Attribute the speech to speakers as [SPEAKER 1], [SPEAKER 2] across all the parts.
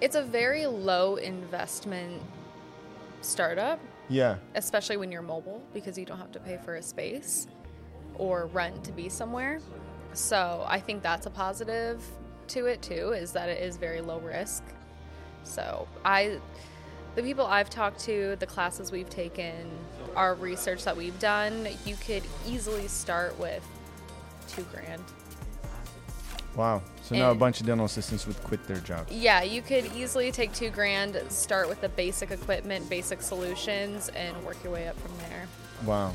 [SPEAKER 1] It's a very low investment startup,
[SPEAKER 2] Yeah.
[SPEAKER 1] especially when you're mobile because you don't have to pay for a space or rent to be somewhere. So I think that's a positive to it too is that it is very low risk. So I the people I've talked to, the classes we've taken, our research that we've done, you could easily start with 2 grand.
[SPEAKER 2] Wow. So now a
[SPEAKER 1] And-
[SPEAKER 2] bunch of dental assistants would quit their jobs.
[SPEAKER 1] Yeah, you could easily take 2 grand, start with the basic equipment, basic solutions and work your way up from there.
[SPEAKER 2] Wow.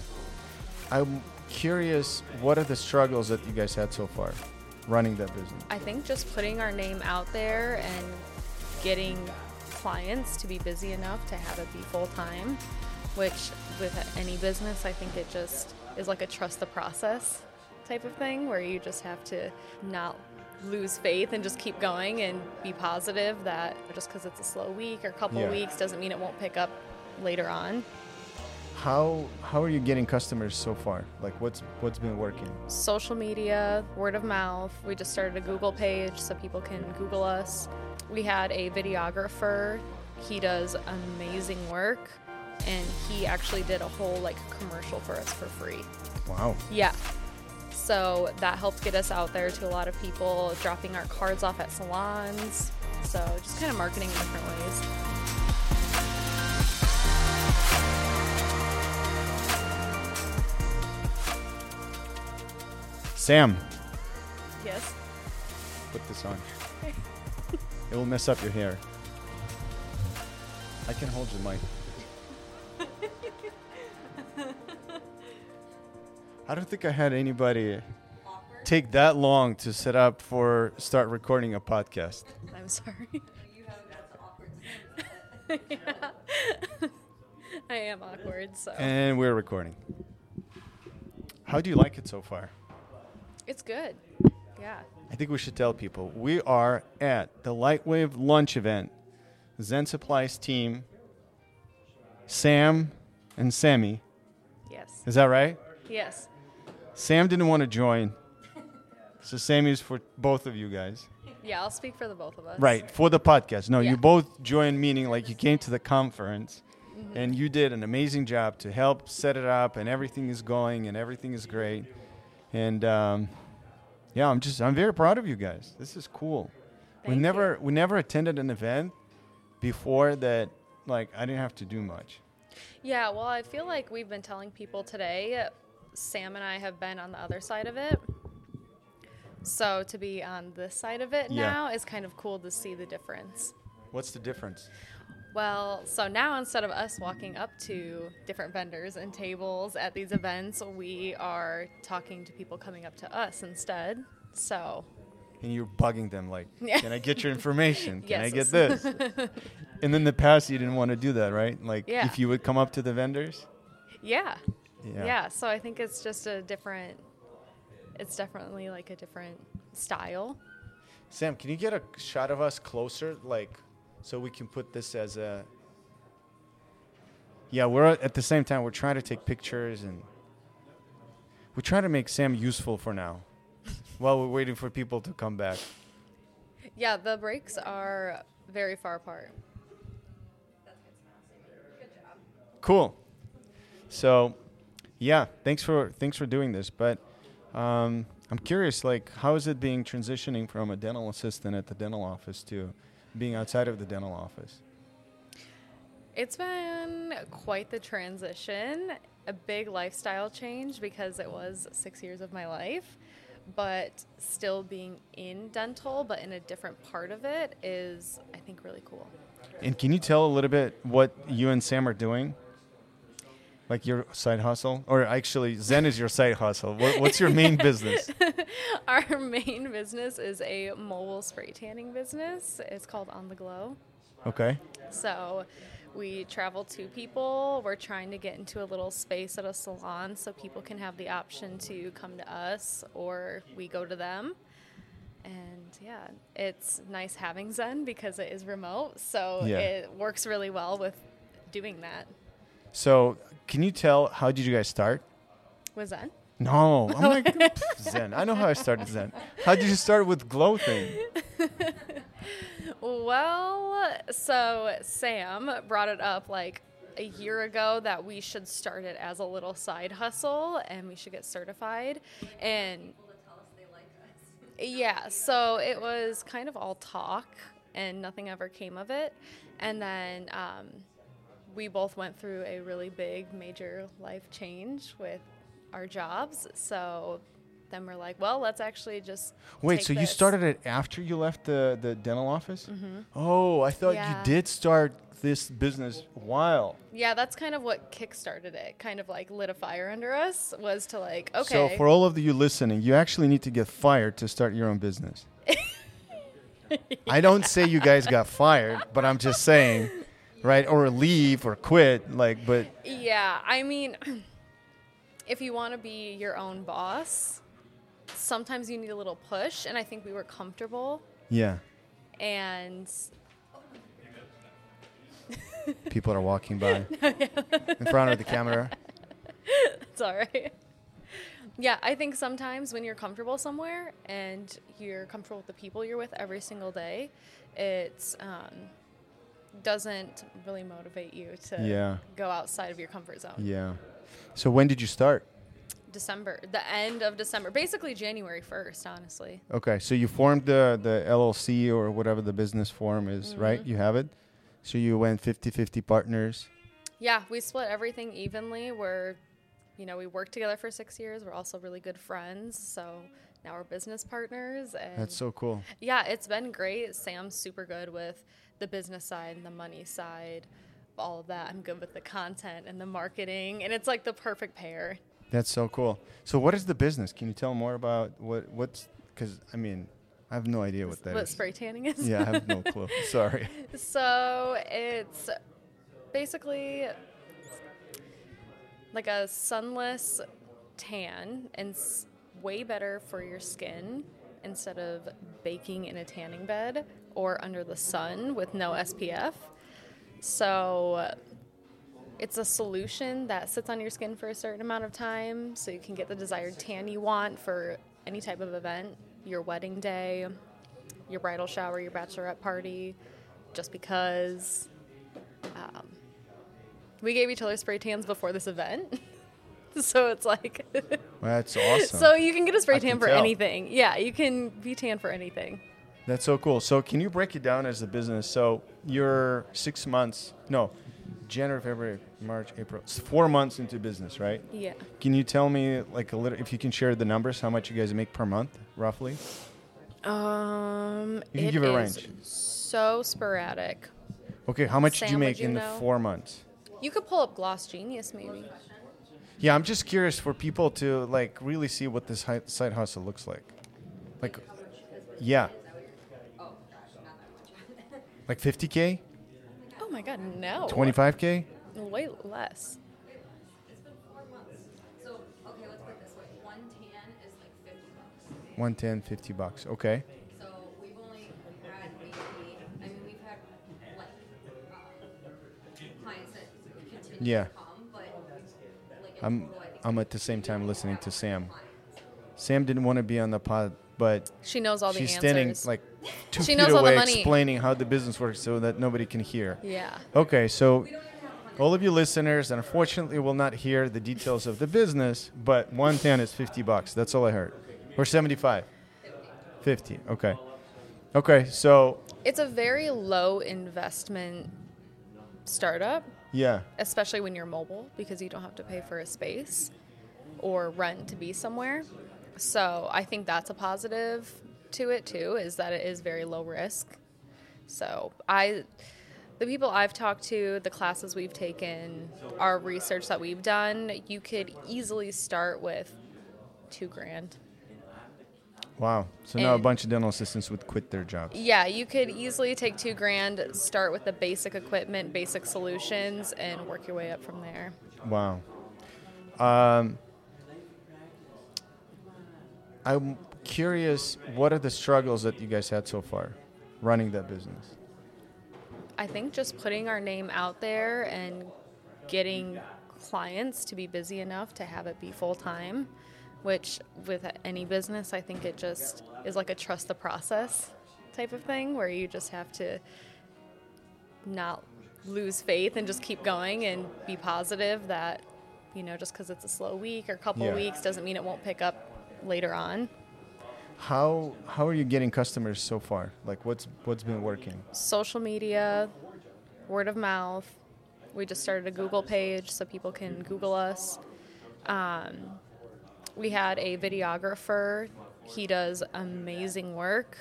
[SPEAKER 2] I'm curious, what are the struggles that you guys had so far running that business?
[SPEAKER 1] I think just putting our name out there and getting clients to be busy enough to have it be full time, which with any business, I think it just is like a trust the process type of thing where you just have to not lose faith and just keep going and be positive that just because it's a slow week or a couple
[SPEAKER 2] Yeah.
[SPEAKER 1] weeks doesn't mean it won't pick up later on.
[SPEAKER 2] How how are you getting customers so far? Like what's what's been working?
[SPEAKER 1] social media, word of mouth. We just started a Google page so people can Google us. We had a videographer. He does amazing work and he actually did a whole like commercial for us for free.
[SPEAKER 2] Wow.
[SPEAKER 1] Yeah. So that helped get us out there to a lot of people, dropping our cards off at salons. So just kind of marketing in different ways.
[SPEAKER 2] Sam,
[SPEAKER 1] Yes.
[SPEAKER 2] put this on. it will mess up your hair. I can hold the mic. I don't think I had anybody take that long to set up for start recording a podcast.
[SPEAKER 1] I'm sorry. I am awkward, so
[SPEAKER 2] And we're recording. How do you like it so far?
[SPEAKER 1] it's good. Yeah.
[SPEAKER 2] I think we should tell people we are at the Lightwave lunch event. Zen Supplies team, Sam and Sammy.
[SPEAKER 1] Yes.
[SPEAKER 2] Is that right?
[SPEAKER 1] Yes.
[SPEAKER 2] Sam didn't want to join. So Sammy's for both of you guys.
[SPEAKER 1] Yeah, I'll speak for the both of us.
[SPEAKER 2] Right, for the podcast. No,
[SPEAKER 1] Yeah.
[SPEAKER 2] you both joined, meaning like you came to the conference and you did an amazing job to help set it up, and everything is going and everything is great. And um, yeah, I'm just, I'm very proud of you guys. This is cool. we
[SPEAKER 1] Thank
[SPEAKER 2] never, we never attended an event before that, like, I didn't have to do much.
[SPEAKER 1] Yeah, well, I feel like we've been telling people today, Sam and I have been on the other side of it. So to be on this side of it
[SPEAKER 2] Yeah.
[SPEAKER 1] now is kind of cool to see the difference.
[SPEAKER 2] What's the difference?
[SPEAKER 1] Well, so now instead of us walking up to different vendors and tables at these events, we are talking to people coming up to us instead. So,
[SPEAKER 2] and you're bugging them like
[SPEAKER 1] Yeah.
[SPEAKER 2] can i get your information can i get
[SPEAKER 1] Yes.
[SPEAKER 2] this and in the past you didn't want to do that right like
[SPEAKER 1] Yeah.
[SPEAKER 2] if you would come up to the vendors
[SPEAKER 1] yeah. Yeah. so I think it's just a different it's definitely like a different style.
[SPEAKER 2] sam can you get a shot of us closer like so we can put this as a yeah we're at the same time we're trying to take pictures and we try to make sam useful for now while we're waiting for people to come back
[SPEAKER 1] Yeah, the breaks are very far apart.
[SPEAKER 2] Cool. So, yeah, thanks for thanks for doing this. But um, I'm curious, like, how is it being transitioning from a dental assistant at the dental office to being outside of the dental office?
[SPEAKER 1] It's been quite the transition, a big lifestyle change because it was six years of my life, but still being in dental, but in a different part of it is, I think, really cool.
[SPEAKER 2] And can you tell a little bit what you and Sam are doing? Like your side hustle, or actually, Zen is your side hustle. What, what's your main business?
[SPEAKER 1] Our main business is a mobile spray tanning business. It's called On the Glow.
[SPEAKER 2] Okay.
[SPEAKER 1] So we travel two people. We're trying to get into a little space at a salon so people can have the option to come to us or we go to them. And yeah, it's nice having Zen because it is remote. So
[SPEAKER 2] Yeah.
[SPEAKER 1] it works really well with doing that
[SPEAKER 2] So, can you tell how did you guys start?
[SPEAKER 1] with Zen.
[SPEAKER 2] No, I'm like pff, Zen. I know how I started Zen. How did you start with glow thing?
[SPEAKER 1] Well, so Sam brought it up like a year ago that we should start it as a little side hustle and we should get certified. And yeah, so it was kind of all talk and nothing ever came of it. And then um, we both went through a really big major life change with our jobs. So then we're like, well, let's actually just
[SPEAKER 2] Wait,
[SPEAKER 1] take
[SPEAKER 2] so you
[SPEAKER 1] this. Mm-hmm.
[SPEAKER 2] started it after you left the, the dental office? Oh, I thought
[SPEAKER 1] Yeah.
[SPEAKER 2] you did start this business while.
[SPEAKER 1] Yeah, that's kind of what kickstarted it. Kind of like lit a fire under us was to like, okay,
[SPEAKER 2] So for all of you listening, you actually need to get fired to start your own business. I don't say you guys got fired, but I'm just saying, right? Or leave or quit, like, but
[SPEAKER 1] yeah. I mean, if you want to be your own boss, sometimes you need a little push, and I think we were comfortable
[SPEAKER 2] yeah,
[SPEAKER 1] and
[SPEAKER 2] people are walking by in front of the camera.
[SPEAKER 1] it's all right. Yeah, I think sometimes when you're comfortable somewhere and you're comfortable with the people you're with every single day, it um, doesn't really motivate you to
[SPEAKER 2] Yeah.
[SPEAKER 1] go outside of your comfort zone.
[SPEAKER 2] Yeah. So when did you start?
[SPEAKER 1] December, the end of December, basically January 1st, honestly.
[SPEAKER 2] Okay, so you formed the, the LLC or whatever the business form is, right? You have it. So you went 50 50 partners.
[SPEAKER 1] Yeah, we split everything evenly. We're, you know, we worked together for six years. We're also really good friends. So now we're business partners. And
[SPEAKER 2] That's so cool.
[SPEAKER 1] yeah, it's been great. Sam's super good with the business side and the money side, all of that. I'm good with the content and the marketing. And it's like the perfect pair.
[SPEAKER 2] That's so cool. So what is the business? Can you tell more about what what's cuz I mean, I have no idea what that is.
[SPEAKER 1] what spray tanning is.
[SPEAKER 2] yeah, I have no clue. Sorry.
[SPEAKER 1] So it's basically like a sunless tan, and it's way better for your skin instead of baking in a tanning bed or under the sun with no SPF. So it's a solution that sits on your skin for a certain amount of time so you can get the desired tan you want for any type of event, your wedding day, your bridal shower, your bachelorette party, just because. Um, we gave each other spray tans before this event. so it's like.
[SPEAKER 2] Well, that's awesome.
[SPEAKER 1] so you can get a spray
[SPEAKER 2] I can
[SPEAKER 1] tan for
[SPEAKER 2] tell.
[SPEAKER 1] anything. Yeah, you can be tan for anything.
[SPEAKER 2] That's so cool. So can you break it down as a business? So you're 6 months. No. January, February, March, April. s- 4 months into business, right?
[SPEAKER 1] Yeah.
[SPEAKER 2] Can you tell me like a little if you can share the numbers how much you guys make per month roughly?
[SPEAKER 1] Um,
[SPEAKER 2] You can
[SPEAKER 1] it
[SPEAKER 2] give a
[SPEAKER 1] is
[SPEAKER 2] range.
[SPEAKER 1] So sporadic.
[SPEAKER 2] Okay, how much do you
[SPEAKER 1] Sam, would
[SPEAKER 2] make
[SPEAKER 1] you
[SPEAKER 2] in
[SPEAKER 1] know?
[SPEAKER 2] the 4 months?
[SPEAKER 1] You could pull up Gloss Genius, maybe.
[SPEAKER 2] Yeah, I'm just curious for people to like really see what this hi- side hustle looks like. Like, yeah.
[SPEAKER 3] Oh,
[SPEAKER 2] Like 50k,
[SPEAKER 1] Oh my God, no.
[SPEAKER 2] 25k.
[SPEAKER 1] Way less.
[SPEAKER 3] So, okay, let's put it this way. One tan is like 50 bucks.
[SPEAKER 2] 110, 50 bucks. Okay.
[SPEAKER 3] So we've only had maybe, I mean, we've had like uh, clients that continue
[SPEAKER 2] Yeah.
[SPEAKER 3] to come, but like in
[SPEAKER 2] I'm
[SPEAKER 3] total, I think
[SPEAKER 2] I'm at the same time listening to Sam. Sam didn't want to be on the pod, but
[SPEAKER 1] She knows all
[SPEAKER 2] she's
[SPEAKER 1] the
[SPEAKER 2] standing
[SPEAKER 1] answers.
[SPEAKER 2] like two
[SPEAKER 1] She
[SPEAKER 2] feet
[SPEAKER 1] knows all the
[SPEAKER 2] away,
[SPEAKER 1] money.
[SPEAKER 2] explaining how the business works so that nobody can hear.
[SPEAKER 1] yeah.
[SPEAKER 2] Okay, so all of you listeners, unfortunately, will not hear the details of the business, but 110 is 50 bucks. That's all I heard. Or 75? 50. Okay. Okay, so
[SPEAKER 1] It's a very low investment startup,
[SPEAKER 2] yeah.
[SPEAKER 1] especially when you're mobile because you don't have to pay for a space or rent to be somewhere. So I think that's a positive to it too is that it is very low risk. So I the people I've talked to, the classes we've taken, our research that we've done, you could easily start with 2 grand.
[SPEAKER 2] Wow. So now a
[SPEAKER 1] And-
[SPEAKER 2] bunch of dental assistants would quit their jobs.
[SPEAKER 1] Yeah, you could easily take two grand, start with the basic equipment, basic solutions, and work your way up from there.
[SPEAKER 2] Wow. Um, I'm curious, what are the struggles that you guys had so far running that business?
[SPEAKER 1] I think just putting our name out there and getting clients to be busy enough to have it be full time, which with any business, I think it just is like a trust the process type of thing where you just have to not lose faith and just keep going and be positive that you know just because it's a slow week or couple
[SPEAKER 2] Yeah.
[SPEAKER 1] weeks doesn't mean it won't pick up later on
[SPEAKER 2] How how are you getting customers so far? Like what's what's been working?
[SPEAKER 1] social media word of mouth we just started a google page so people can google us um, we had a videographer he does amazing work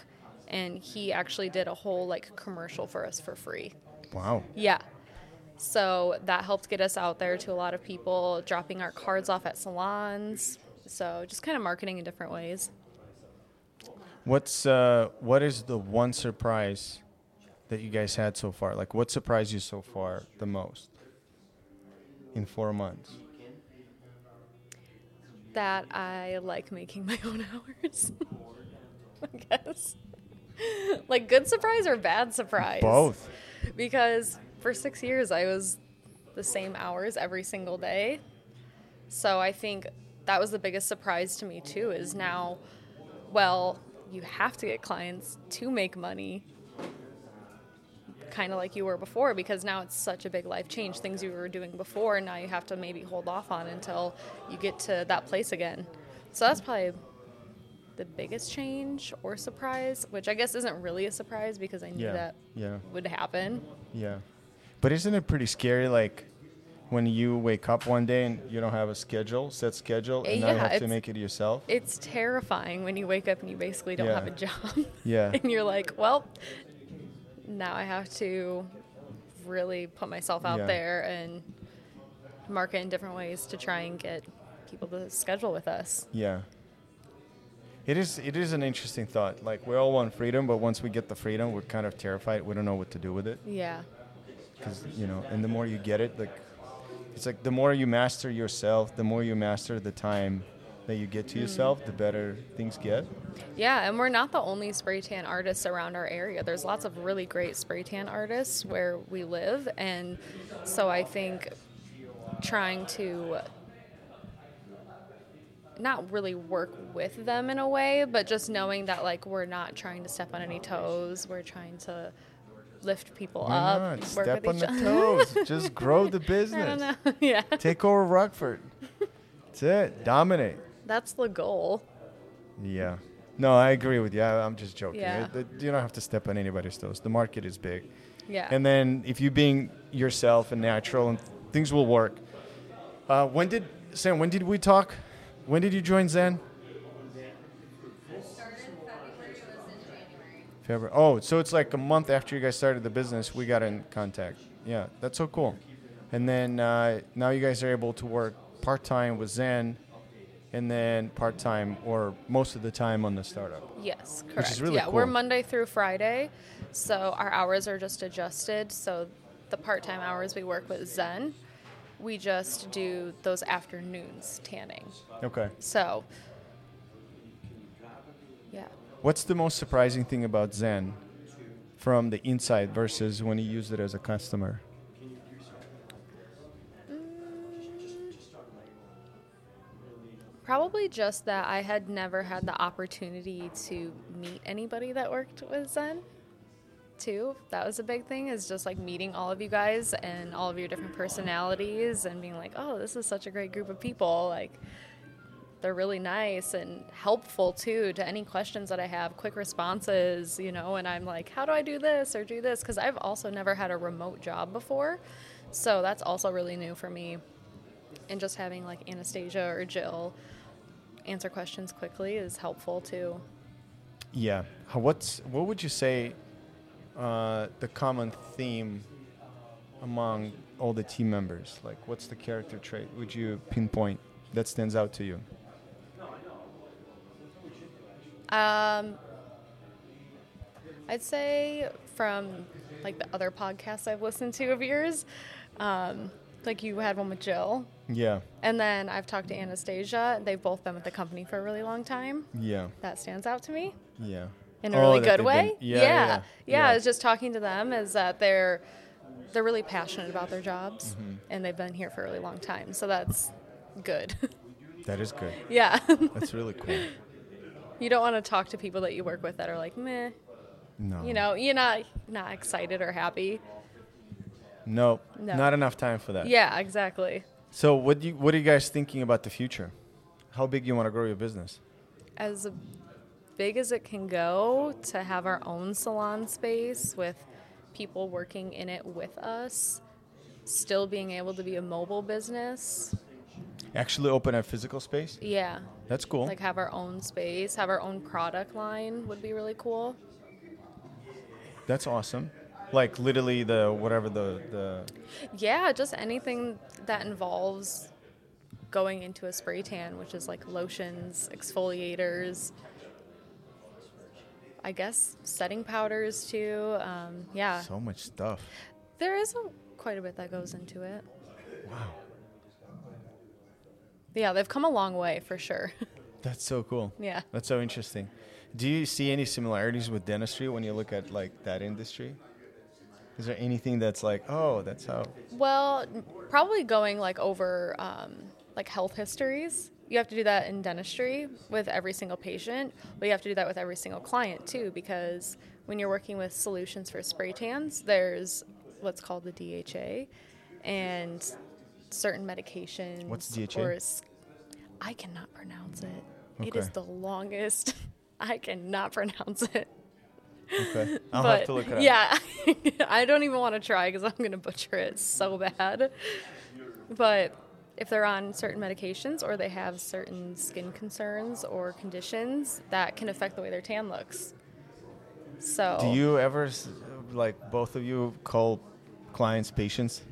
[SPEAKER 1] and he actually did a whole like commercial for us for free
[SPEAKER 2] Wow.
[SPEAKER 1] Yeah. So that helped get us out there to a lot of people, dropping our cards off at salons. So just kind of marketing in different ways.
[SPEAKER 2] What's uh what is the one surprise that you guys had so far? Like what surprised you so far the most in 4 months?
[SPEAKER 1] That I like making my own hours. I guess. like good surprise or bad surprise?
[SPEAKER 2] Both.
[SPEAKER 1] Because for six years I was the same hours every single day. So I think that was the biggest surprise to me too is now, well, you have to get clients to make money kind of like you were before because now it's such a big life change things you were doing before now you have to maybe hold off on until you get to that place again so that's probably the biggest change or surprise which i guess isn't really a surprise because i knew
[SPEAKER 2] Yeah.
[SPEAKER 1] that
[SPEAKER 2] Yeah.
[SPEAKER 1] would happen
[SPEAKER 2] Yeah. But isn't it pretty scary like when you wake up one day and you don't have a schedule, set schedule, and now you
[SPEAKER 1] Yeah,
[SPEAKER 2] have to
[SPEAKER 1] it's-
[SPEAKER 2] make it yourself?
[SPEAKER 1] it's terrifying when you wake up and you basically don't
[SPEAKER 2] Yeah.
[SPEAKER 1] have a job
[SPEAKER 2] Yeah.
[SPEAKER 1] and you're like well now i have to really put myself out
[SPEAKER 2] Yeah.
[SPEAKER 1] there and market in different ways to try and get people to schedule with us
[SPEAKER 2] Yeah. It is it is an interesting thought. Like we all want freedom, but once we get the freedom, we're kind of terrified. We don't know what to do with it
[SPEAKER 1] yeah
[SPEAKER 2] cuz you know, and the more you get it, like it's like the more you master yourself, the more you master the time that you
[SPEAKER 1] Hmm.
[SPEAKER 2] get to yourself, the better things get.
[SPEAKER 1] Yeah, and we're not the only spray tan artists around our area. There's lots of really great spray tan artists where we live, and so I think trying to not really work with them in a way, but just knowing that like we're not trying to step on any toes. We're trying to lift people
[SPEAKER 2] Why
[SPEAKER 1] up,
[SPEAKER 2] not?
[SPEAKER 1] work
[SPEAKER 2] Step on
[SPEAKER 1] with
[SPEAKER 2] the
[SPEAKER 1] each other.
[SPEAKER 2] toes. Just grow the
[SPEAKER 1] I don't
[SPEAKER 2] business.
[SPEAKER 1] know. yeah,
[SPEAKER 2] Take over Rockford. That's it. Dominate.
[SPEAKER 1] that's the goal.
[SPEAKER 2] Yeah. No, I agree with you. I, I'm just joking.
[SPEAKER 1] Yeah.
[SPEAKER 2] It- it- you don't have to step on anybody's toes. The market is big.
[SPEAKER 1] Yeah.
[SPEAKER 2] And then if you being yourself and natural, and things will work. Uh, when did Sam? When did we talk? When did you join Zen?
[SPEAKER 3] Started February, was in January.
[SPEAKER 2] February. Oh, so it's like a month after you guys started the business, we got in contact. Yeah, that's so cool. And then uh, now you guys are able to work part time with Zen, and then part time or most of the time on the startup.
[SPEAKER 1] Yes, correct.
[SPEAKER 2] Um, Which is really
[SPEAKER 1] yeah, we're
[SPEAKER 2] cool.
[SPEAKER 1] Monday through Friday, so our hours are just adjusted. So the part-time hours we work with Zen, we just do those afternoons tanning.
[SPEAKER 2] Okay.
[SPEAKER 1] So yeah,
[SPEAKER 2] What's the most surprising thing about Zen from the inside versus when you used it as a customer?
[SPEAKER 1] probably just that I had never had the opportunity to meet anybody that worked with Zen. Too. That was a big thing is just like meeting all of you guys and all of your different personalities and being like, oh, this is such a great group of people. Like, they're really nice and helpful too to any questions that I have, quick responses, you know, and I'm like, how do I do this or do this? Because I've also never had a remote job before. So that's also really new for me. And just having like Anastasia or Jill answer questions quickly is helpful too.
[SPEAKER 2] Yeah. How- What's what would you say uh, the common theme among all the team members? Like, what's the character trait? Would you pinpoint that stands out to you?
[SPEAKER 1] Um, I'd say from like the other podcasts I've listened to of yours, um, like you had one with Jill,
[SPEAKER 2] Yeah.
[SPEAKER 1] and then I've talked to Anastasia. They've both been with the company for a really long time.
[SPEAKER 2] Yeah.
[SPEAKER 1] That stands out to me
[SPEAKER 2] Yeah.
[SPEAKER 1] in a
[SPEAKER 2] Oh,
[SPEAKER 1] really
[SPEAKER 2] that
[SPEAKER 1] good
[SPEAKER 2] they've
[SPEAKER 1] way.
[SPEAKER 2] been- yeah.
[SPEAKER 1] yeah.
[SPEAKER 2] Yeah.
[SPEAKER 1] Yeah,
[SPEAKER 2] yeah.
[SPEAKER 1] It's just talking to them is that they're they're really passionate about their jobs
[SPEAKER 2] Mm-hmm.
[SPEAKER 1] and they've been here for a really long time. So that's good.
[SPEAKER 2] that is good.
[SPEAKER 1] yeah.
[SPEAKER 2] That's really cool.
[SPEAKER 1] you don't want to talk to people that you work with that are like, meh,
[SPEAKER 2] No.
[SPEAKER 1] you know, you're not not excited or happy.
[SPEAKER 2] No,
[SPEAKER 1] No.
[SPEAKER 2] not enough time for that.
[SPEAKER 1] Yeah, exactly.
[SPEAKER 2] So what do you, what are you guys thinking about the future? How big you want to grow your business?
[SPEAKER 1] As big as it can go to have our own salon space with people working in it with us, still being able to be a mobile business.
[SPEAKER 2] Actually open a physical space?
[SPEAKER 1] Yeah.
[SPEAKER 2] That's cool.
[SPEAKER 1] Like have our own space, have our own product line would be really cool.
[SPEAKER 2] That's awesome. Like literally the whatever the the
[SPEAKER 1] Yeah, just anything that involves going into a spray tan, which is like lotions, exfoliators, I guess setting powders too. Um, yeah,
[SPEAKER 2] so much stuff.
[SPEAKER 1] there is a, quite a bit that goes into it.
[SPEAKER 2] Wow.
[SPEAKER 1] Yeah, they've come a long way for sure.
[SPEAKER 2] That's so cool.
[SPEAKER 1] Yeah.
[SPEAKER 2] That's so interesting. Do you see any similarities with dentistry when you look at like that industry? Is there anything that's like, oh, that's how
[SPEAKER 1] well, n- probably going like over um, like health histories. You have to do that in dentistry with every single patient, but you have to do that with every single client too, because when you're working with solutions for spray tans, there's what's called the DHA and certain medications.
[SPEAKER 2] What's DHA?
[SPEAKER 1] Or s- I cannot pronounce it. It is
[SPEAKER 2] Okay.
[SPEAKER 1] the longest. I cannot pronounce it.
[SPEAKER 2] okay. I'll
[SPEAKER 1] but
[SPEAKER 2] have to look it up.
[SPEAKER 1] yeah, I don't even want to try because I'm gonna butcher it so bad. But if they're on certain medications or they have certain skin concerns or conditions, that can affect the way their tan looks. So
[SPEAKER 2] Do you ever s- like both of you call clients patients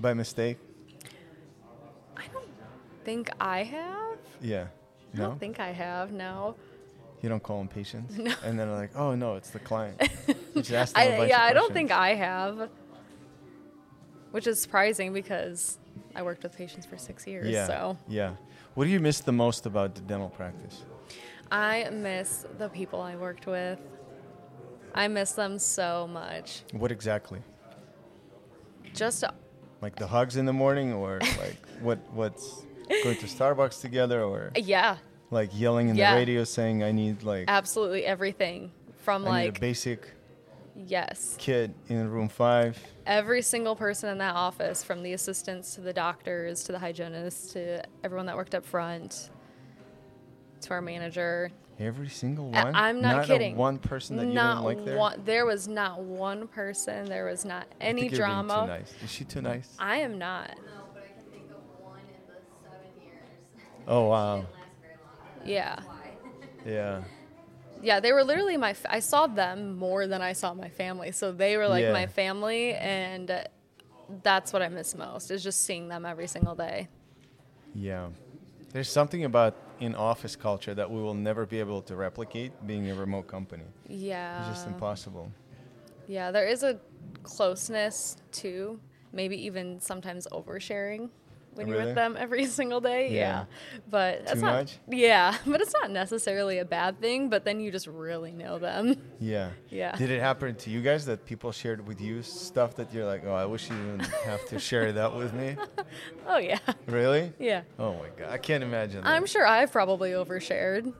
[SPEAKER 2] by mistake?
[SPEAKER 1] I don't think I have.
[SPEAKER 2] Yeah.
[SPEAKER 1] I
[SPEAKER 2] No.
[SPEAKER 1] don't think I have. No.
[SPEAKER 2] you don't call them patients.
[SPEAKER 1] No.
[SPEAKER 2] And then they're like, oh no, it's the client. You just ask them a
[SPEAKER 1] I,
[SPEAKER 2] bunch
[SPEAKER 1] yeah,
[SPEAKER 2] of
[SPEAKER 1] I don't
[SPEAKER 2] questions.
[SPEAKER 1] think I have. Which is surprising because I worked with patients for six years.
[SPEAKER 2] Yeah.
[SPEAKER 1] So
[SPEAKER 2] Yeah. What do you miss the most about the dental practice?
[SPEAKER 1] I miss the people I worked with. I miss them so much.
[SPEAKER 2] What exactly?
[SPEAKER 1] Just
[SPEAKER 2] Like the hugs in the morning, or like what what's going to Starbucks together, or
[SPEAKER 1] yeah,
[SPEAKER 2] like yelling in
[SPEAKER 1] Yeah.
[SPEAKER 2] the radio saying I need like
[SPEAKER 1] absolutely everything from
[SPEAKER 2] I need a
[SPEAKER 1] like
[SPEAKER 2] basic
[SPEAKER 1] yes,
[SPEAKER 2] kid in room five.
[SPEAKER 1] every single person in that office from the assistants to the doctors to the hygienists to everyone that worked up front to our manager.
[SPEAKER 2] Every single
[SPEAKER 1] I-
[SPEAKER 2] one.
[SPEAKER 1] I'm not,
[SPEAKER 2] a
[SPEAKER 1] kidding.
[SPEAKER 2] one person that
[SPEAKER 1] not
[SPEAKER 2] you didn't like there.
[SPEAKER 1] One, there was not one person. There was not
[SPEAKER 2] I think
[SPEAKER 1] any
[SPEAKER 2] you're being
[SPEAKER 1] drama.
[SPEAKER 2] Too nice. Is she too nice?
[SPEAKER 1] I am not.
[SPEAKER 3] No, but I can think of one in the seven years.
[SPEAKER 2] Oh, wow.
[SPEAKER 3] She didn't last very long. but
[SPEAKER 1] Yeah.
[SPEAKER 3] that's Why?
[SPEAKER 2] Yeah.
[SPEAKER 1] Yeah, they were literally my. F- I saw them more than I saw my family, so they were like
[SPEAKER 2] Yeah.
[SPEAKER 1] my family, and uh, that's what I miss most is just seeing them every single day.
[SPEAKER 2] Yeah. There's something about in office culture that we will never be able to replicate being a remote company.
[SPEAKER 1] Yeah,
[SPEAKER 2] It's just impossible.
[SPEAKER 1] yeah, there is a closeness to maybe even sometimes oversharing when you're
[SPEAKER 2] Really?
[SPEAKER 1] with them every single day.
[SPEAKER 2] Yeah.
[SPEAKER 1] Yeah, but that's
[SPEAKER 2] Too
[SPEAKER 1] not.
[SPEAKER 2] much?
[SPEAKER 1] Yeah, but it's not necessarily a bad thing. But then you just really know them.
[SPEAKER 2] Yeah.
[SPEAKER 1] Yeah.
[SPEAKER 2] Did it happen to you guys that people shared with you stuff that you're like, oh, I wish you didn't have to share that with me?
[SPEAKER 1] Oh yeah,
[SPEAKER 2] Really?
[SPEAKER 1] yeah.
[SPEAKER 2] Oh my God. I can't imagine. That.
[SPEAKER 1] I'm sure I've probably overshared.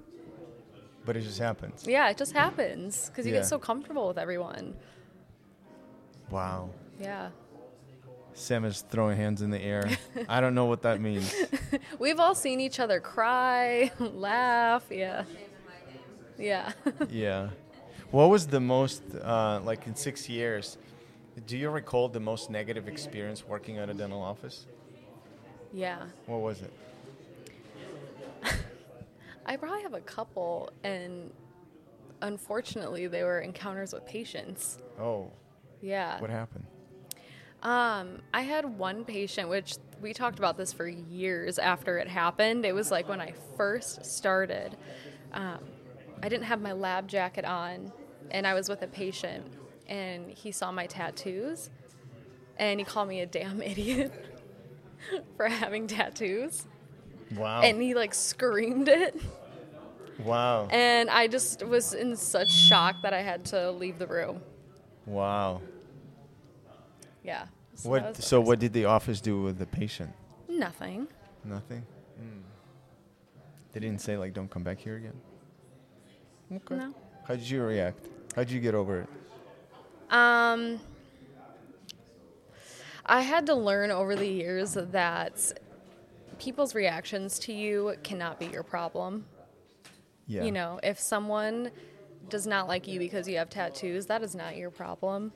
[SPEAKER 2] but it just happens.
[SPEAKER 1] Yeah, it just happens because you
[SPEAKER 2] Yeah.
[SPEAKER 1] get so comfortable with everyone.
[SPEAKER 2] Wow.
[SPEAKER 1] Yeah.
[SPEAKER 2] Sam is throwing hands in the air. I don't know what that means.
[SPEAKER 1] We've all seen each other cry, laugh. Yeah. Yeah.
[SPEAKER 2] Yeah. What was the most, uh, like in six years, do you recall the most negative experience working at a dental office?
[SPEAKER 1] yeah.
[SPEAKER 2] What was it?
[SPEAKER 1] I probably have a couple, and unfortunately, they were encounters with patients.
[SPEAKER 2] Oh,
[SPEAKER 1] Yeah.
[SPEAKER 2] what happened?
[SPEAKER 1] Um, I had one patient, which we talked about this for years after it happened. It was like when I first started. Um, I didn't have my lab jacket on, and I was with a patient, and he saw my tattoos, and he called me a damn idiot for having tattoos,
[SPEAKER 2] Wow.
[SPEAKER 1] and he like screamed it.
[SPEAKER 2] wow.
[SPEAKER 1] And I just was in such shock that I had to leave the room.
[SPEAKER 2] wow.
[SPEAKER 1] Yeah. So that
[SPEAKER 2] What?
[SPEAKER 1] was the
[SPEAKER 2] So
[SPEAKER 1] first-
[SPEAKER 2] what did the office do with the patient?
[SPEAKER 1] Nothing.
[SPEAKER 2] Nothing. They didn't say like, "Don't come back here again." Okay.
[SPEAKER 1] No.
[SPEAKER 2] How did you react? How did you get over it?
[SPEAKER 1] Um, I had to learn over the years that people's reactions to you cannot be your problem.
[SPEAKER 2] Yeah.
[SPEAKER 1] You know, if someone does not like you because you have tattoos, that is not your problem.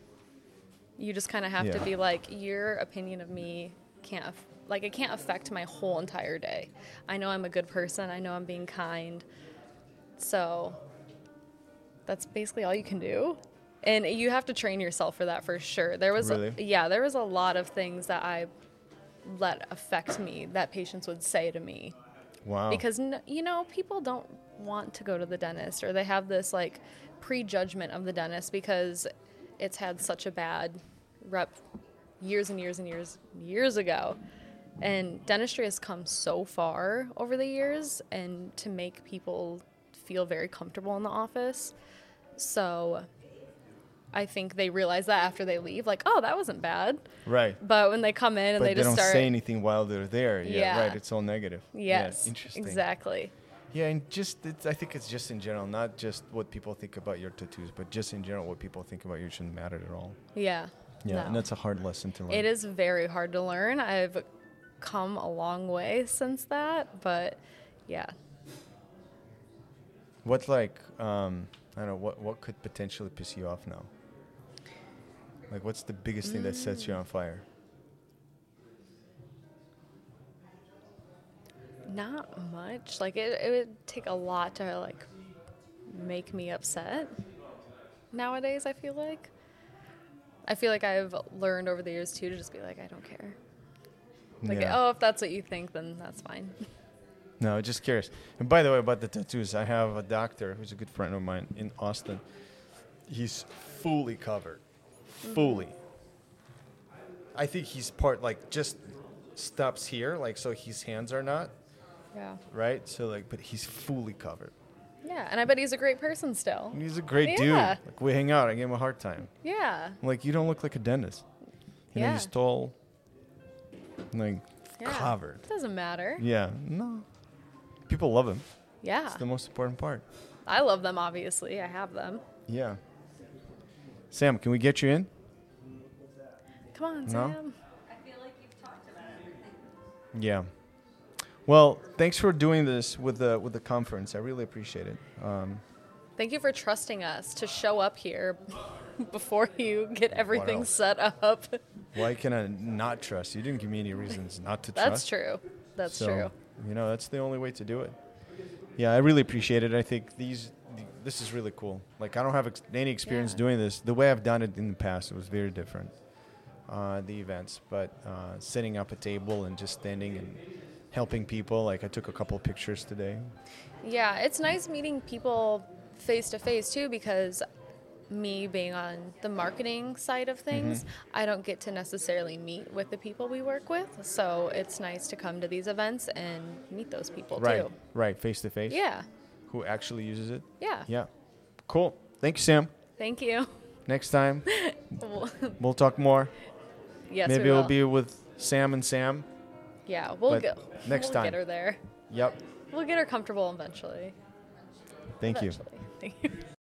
[SPEAKER 1] You just kind of have to
[SPEAKER 2] Yeah.
[SPEAKER 1] be like, your opinion of me can't, aff- like, it can't affect my whole entire day. I know I'm a good person. I know I'm being kind. So that's basically all you can do. And you have to train yourself for that for sure. There was,
[SPEAKER 2] Really?
[SPEAKER 1] yeah, there was a lot of things that I let affect me that patients would say to me
[SPEAKER 2] Wow.
[SPEAKER 1] because n- you know people don't want to go to the dentist or they have this like prejudgment of the dentist because it's had such a bad rep years and years and years years ago and dentistry has come so far over the years and to make people feel very comfortable in the office so i think they realize that after they leave like oh that wasn't bad
[SPEAKER 2] right.
[SPEAKER 1] but when they come in and
[SPEAKER 2] but
[SPEAKER 1] they,
[SPEAKER 2] they,
[SPEAKER 1] just
[SPEAKER 2] don't
[SPEAKER 1] start
[SPEAKER 2] say anything while they're there. Yeah,
[SPEAKER 1] Yeah.
[SPEAKER 2] right. It's all negative.
[SPEAKER 1] yes
[SPEAKER 2] Yeah, interesting.
[SPEAKER 1] exactly
[SPEAKER 2] Yeah, and just it's, I think it's just in general, not just what people think about your tattoos, but just in general, what people think about you shouldn't matter at all.
[SPEAKER 1] yeah
[SPEAKER 2] Yeah,
[SPEAKER 1] No.
[SPEAKER 2] and that's a hard lesson to learn.
[SPEAKER 1] It is very hard to learn. I've come a long way since that, but yeah.
[SPEAKER 2] What like um, I don't know what what could potentially piss you off now. Like, what's the biggest thing that sets
[SPEAKER 1] Mm.
[SPEAKER 2] you on fire?
[SPEAKER 1] Not much. Like it, it would take a lot to like make me upset. Nowadays, I feel like I feel like I've learned over the years too to just be like I don't care. Like
[SPEAKER 2] Yeah.
[SPEAKER 1] oh, if that's what you think, then that's fine.
[SPEAKER 2] No, just curious. And by the way, about the tattoos, I have a doctor who's a good friend of mine in Austin. He's fully covered, fully.
[SPEAKER 1] Mm-hmm.
[SPEAKER 2] I think he's part like just stops here, like so his hands are not
[SPEAKER 1] Yeah.
[SPEAKER 2] right. So like, but he's fully covered.
[SPEAKER 1] Yeah, and I bet he's a great person still.
[SPEAKER 2] And he's a great dude.
[SPEAKER 1] Yeah.
[SPEAKER 2] Like we hang out, I give him a hard time.
[SPEAKER 1] Yeah.
[SPEAKER 2] I'm like you don't look like a dentist. You know,
[SPEAKER 1] Yeah.
[SPEAKER 2] he's tall, like
[SPEAKER 1] yeah.
[SPEAKER 2] covered.
[SPEAKER 1] Doesn't matter.
[SPEAKER 2] Yeah, no. People love him.
[SPEAKER 1] Yeah.
[SPEAKER 2] It's the most important part.
[SPEAKER 1] I love them obviously. I have them.
[SPEAKER 2] Yeah. Sam, can we get you in?
[SPEAKER 1] Come on,
[SPEAKER 2] No?
[SPEAKER 1] Sam.
[SPEAKER 3] I feel like you've talked about everything.
[SPEAKER 2] Yeah. Well, thanks for doing this with the with the conference. I really appreciate it. Um,
[SPEAKER 1] Thank you for trusting us to show up here before you get everything
[SPEAKER 2] else?
[SPEAKER 1] set up.
[SPEAKER 2] why can I not trust? You didn't give me any reasons not to
[SPEAKER 1] That's
[SPEAKER 2] trust.
[SPEAKER 1] true. That's
[SPEAKER 2] So,
[SPEAKER 1] true.
[SPEAKER 2] You know, that's the only way to do it. Yeah, I really appreciate it. I think these th- this is really cool. Like I don't have ex- any experience
[SPEAKER 1] Yeah.
[SPEAKER 2] doing this. The way I've done it in the past it was very different. Uh, the events, but uh, setting up a table and just standing and helping people. Like I took a couple pictures today.
[SPEAKER 1] Yeah, it's nice meeting people face to face too because me being on the marketing side of things,
[SPEAKER 2] Mm-hmm.
[SPEAKER 1] I don't get to necessarily meet with the people we work with. So it's nice to come to these events and meet those people
[SPEAKER 2] Right,
[SPEAKER 1] too.
[SPEAKER 2] right, face to face.
[SPEAKER 1] Yeah.
[SPEAKER 2] Who actually uses it?
[SPEAKER 1] Yeah.
[SPEAKER 2] Yeah. Cool. Thank you, Sam.
[SPEAKER 1] Thank you.
[SPEAKER 2] Next time
[SPEAKER 1] Well,
[SPEAKER 2] we'll talk more.
[SPEAKER 1] yes,
[SPEAKER 2] Maybe
[SPEAKER 1] we
[SPEAKER 2] it'll
[SPEAKER 1] will.
[SPEAKER 2] be with Sam and Sam.
[SPEAKER 1] Yeah, we'll
[SPEAKER 2] but
[SPEAKER 1] go.
[SPEAKER 2] next
[SPEAKER 1] we'll
[SPEAKER 2] time.
[SPEAKER 1] get her there.
[SPEAKER 2] Yep.
[SPEAKER 1] We'll get her comfortable eventually.
[SPEAKER 2] Thank you.
[SPEAKER 1] Eventually. Thank you.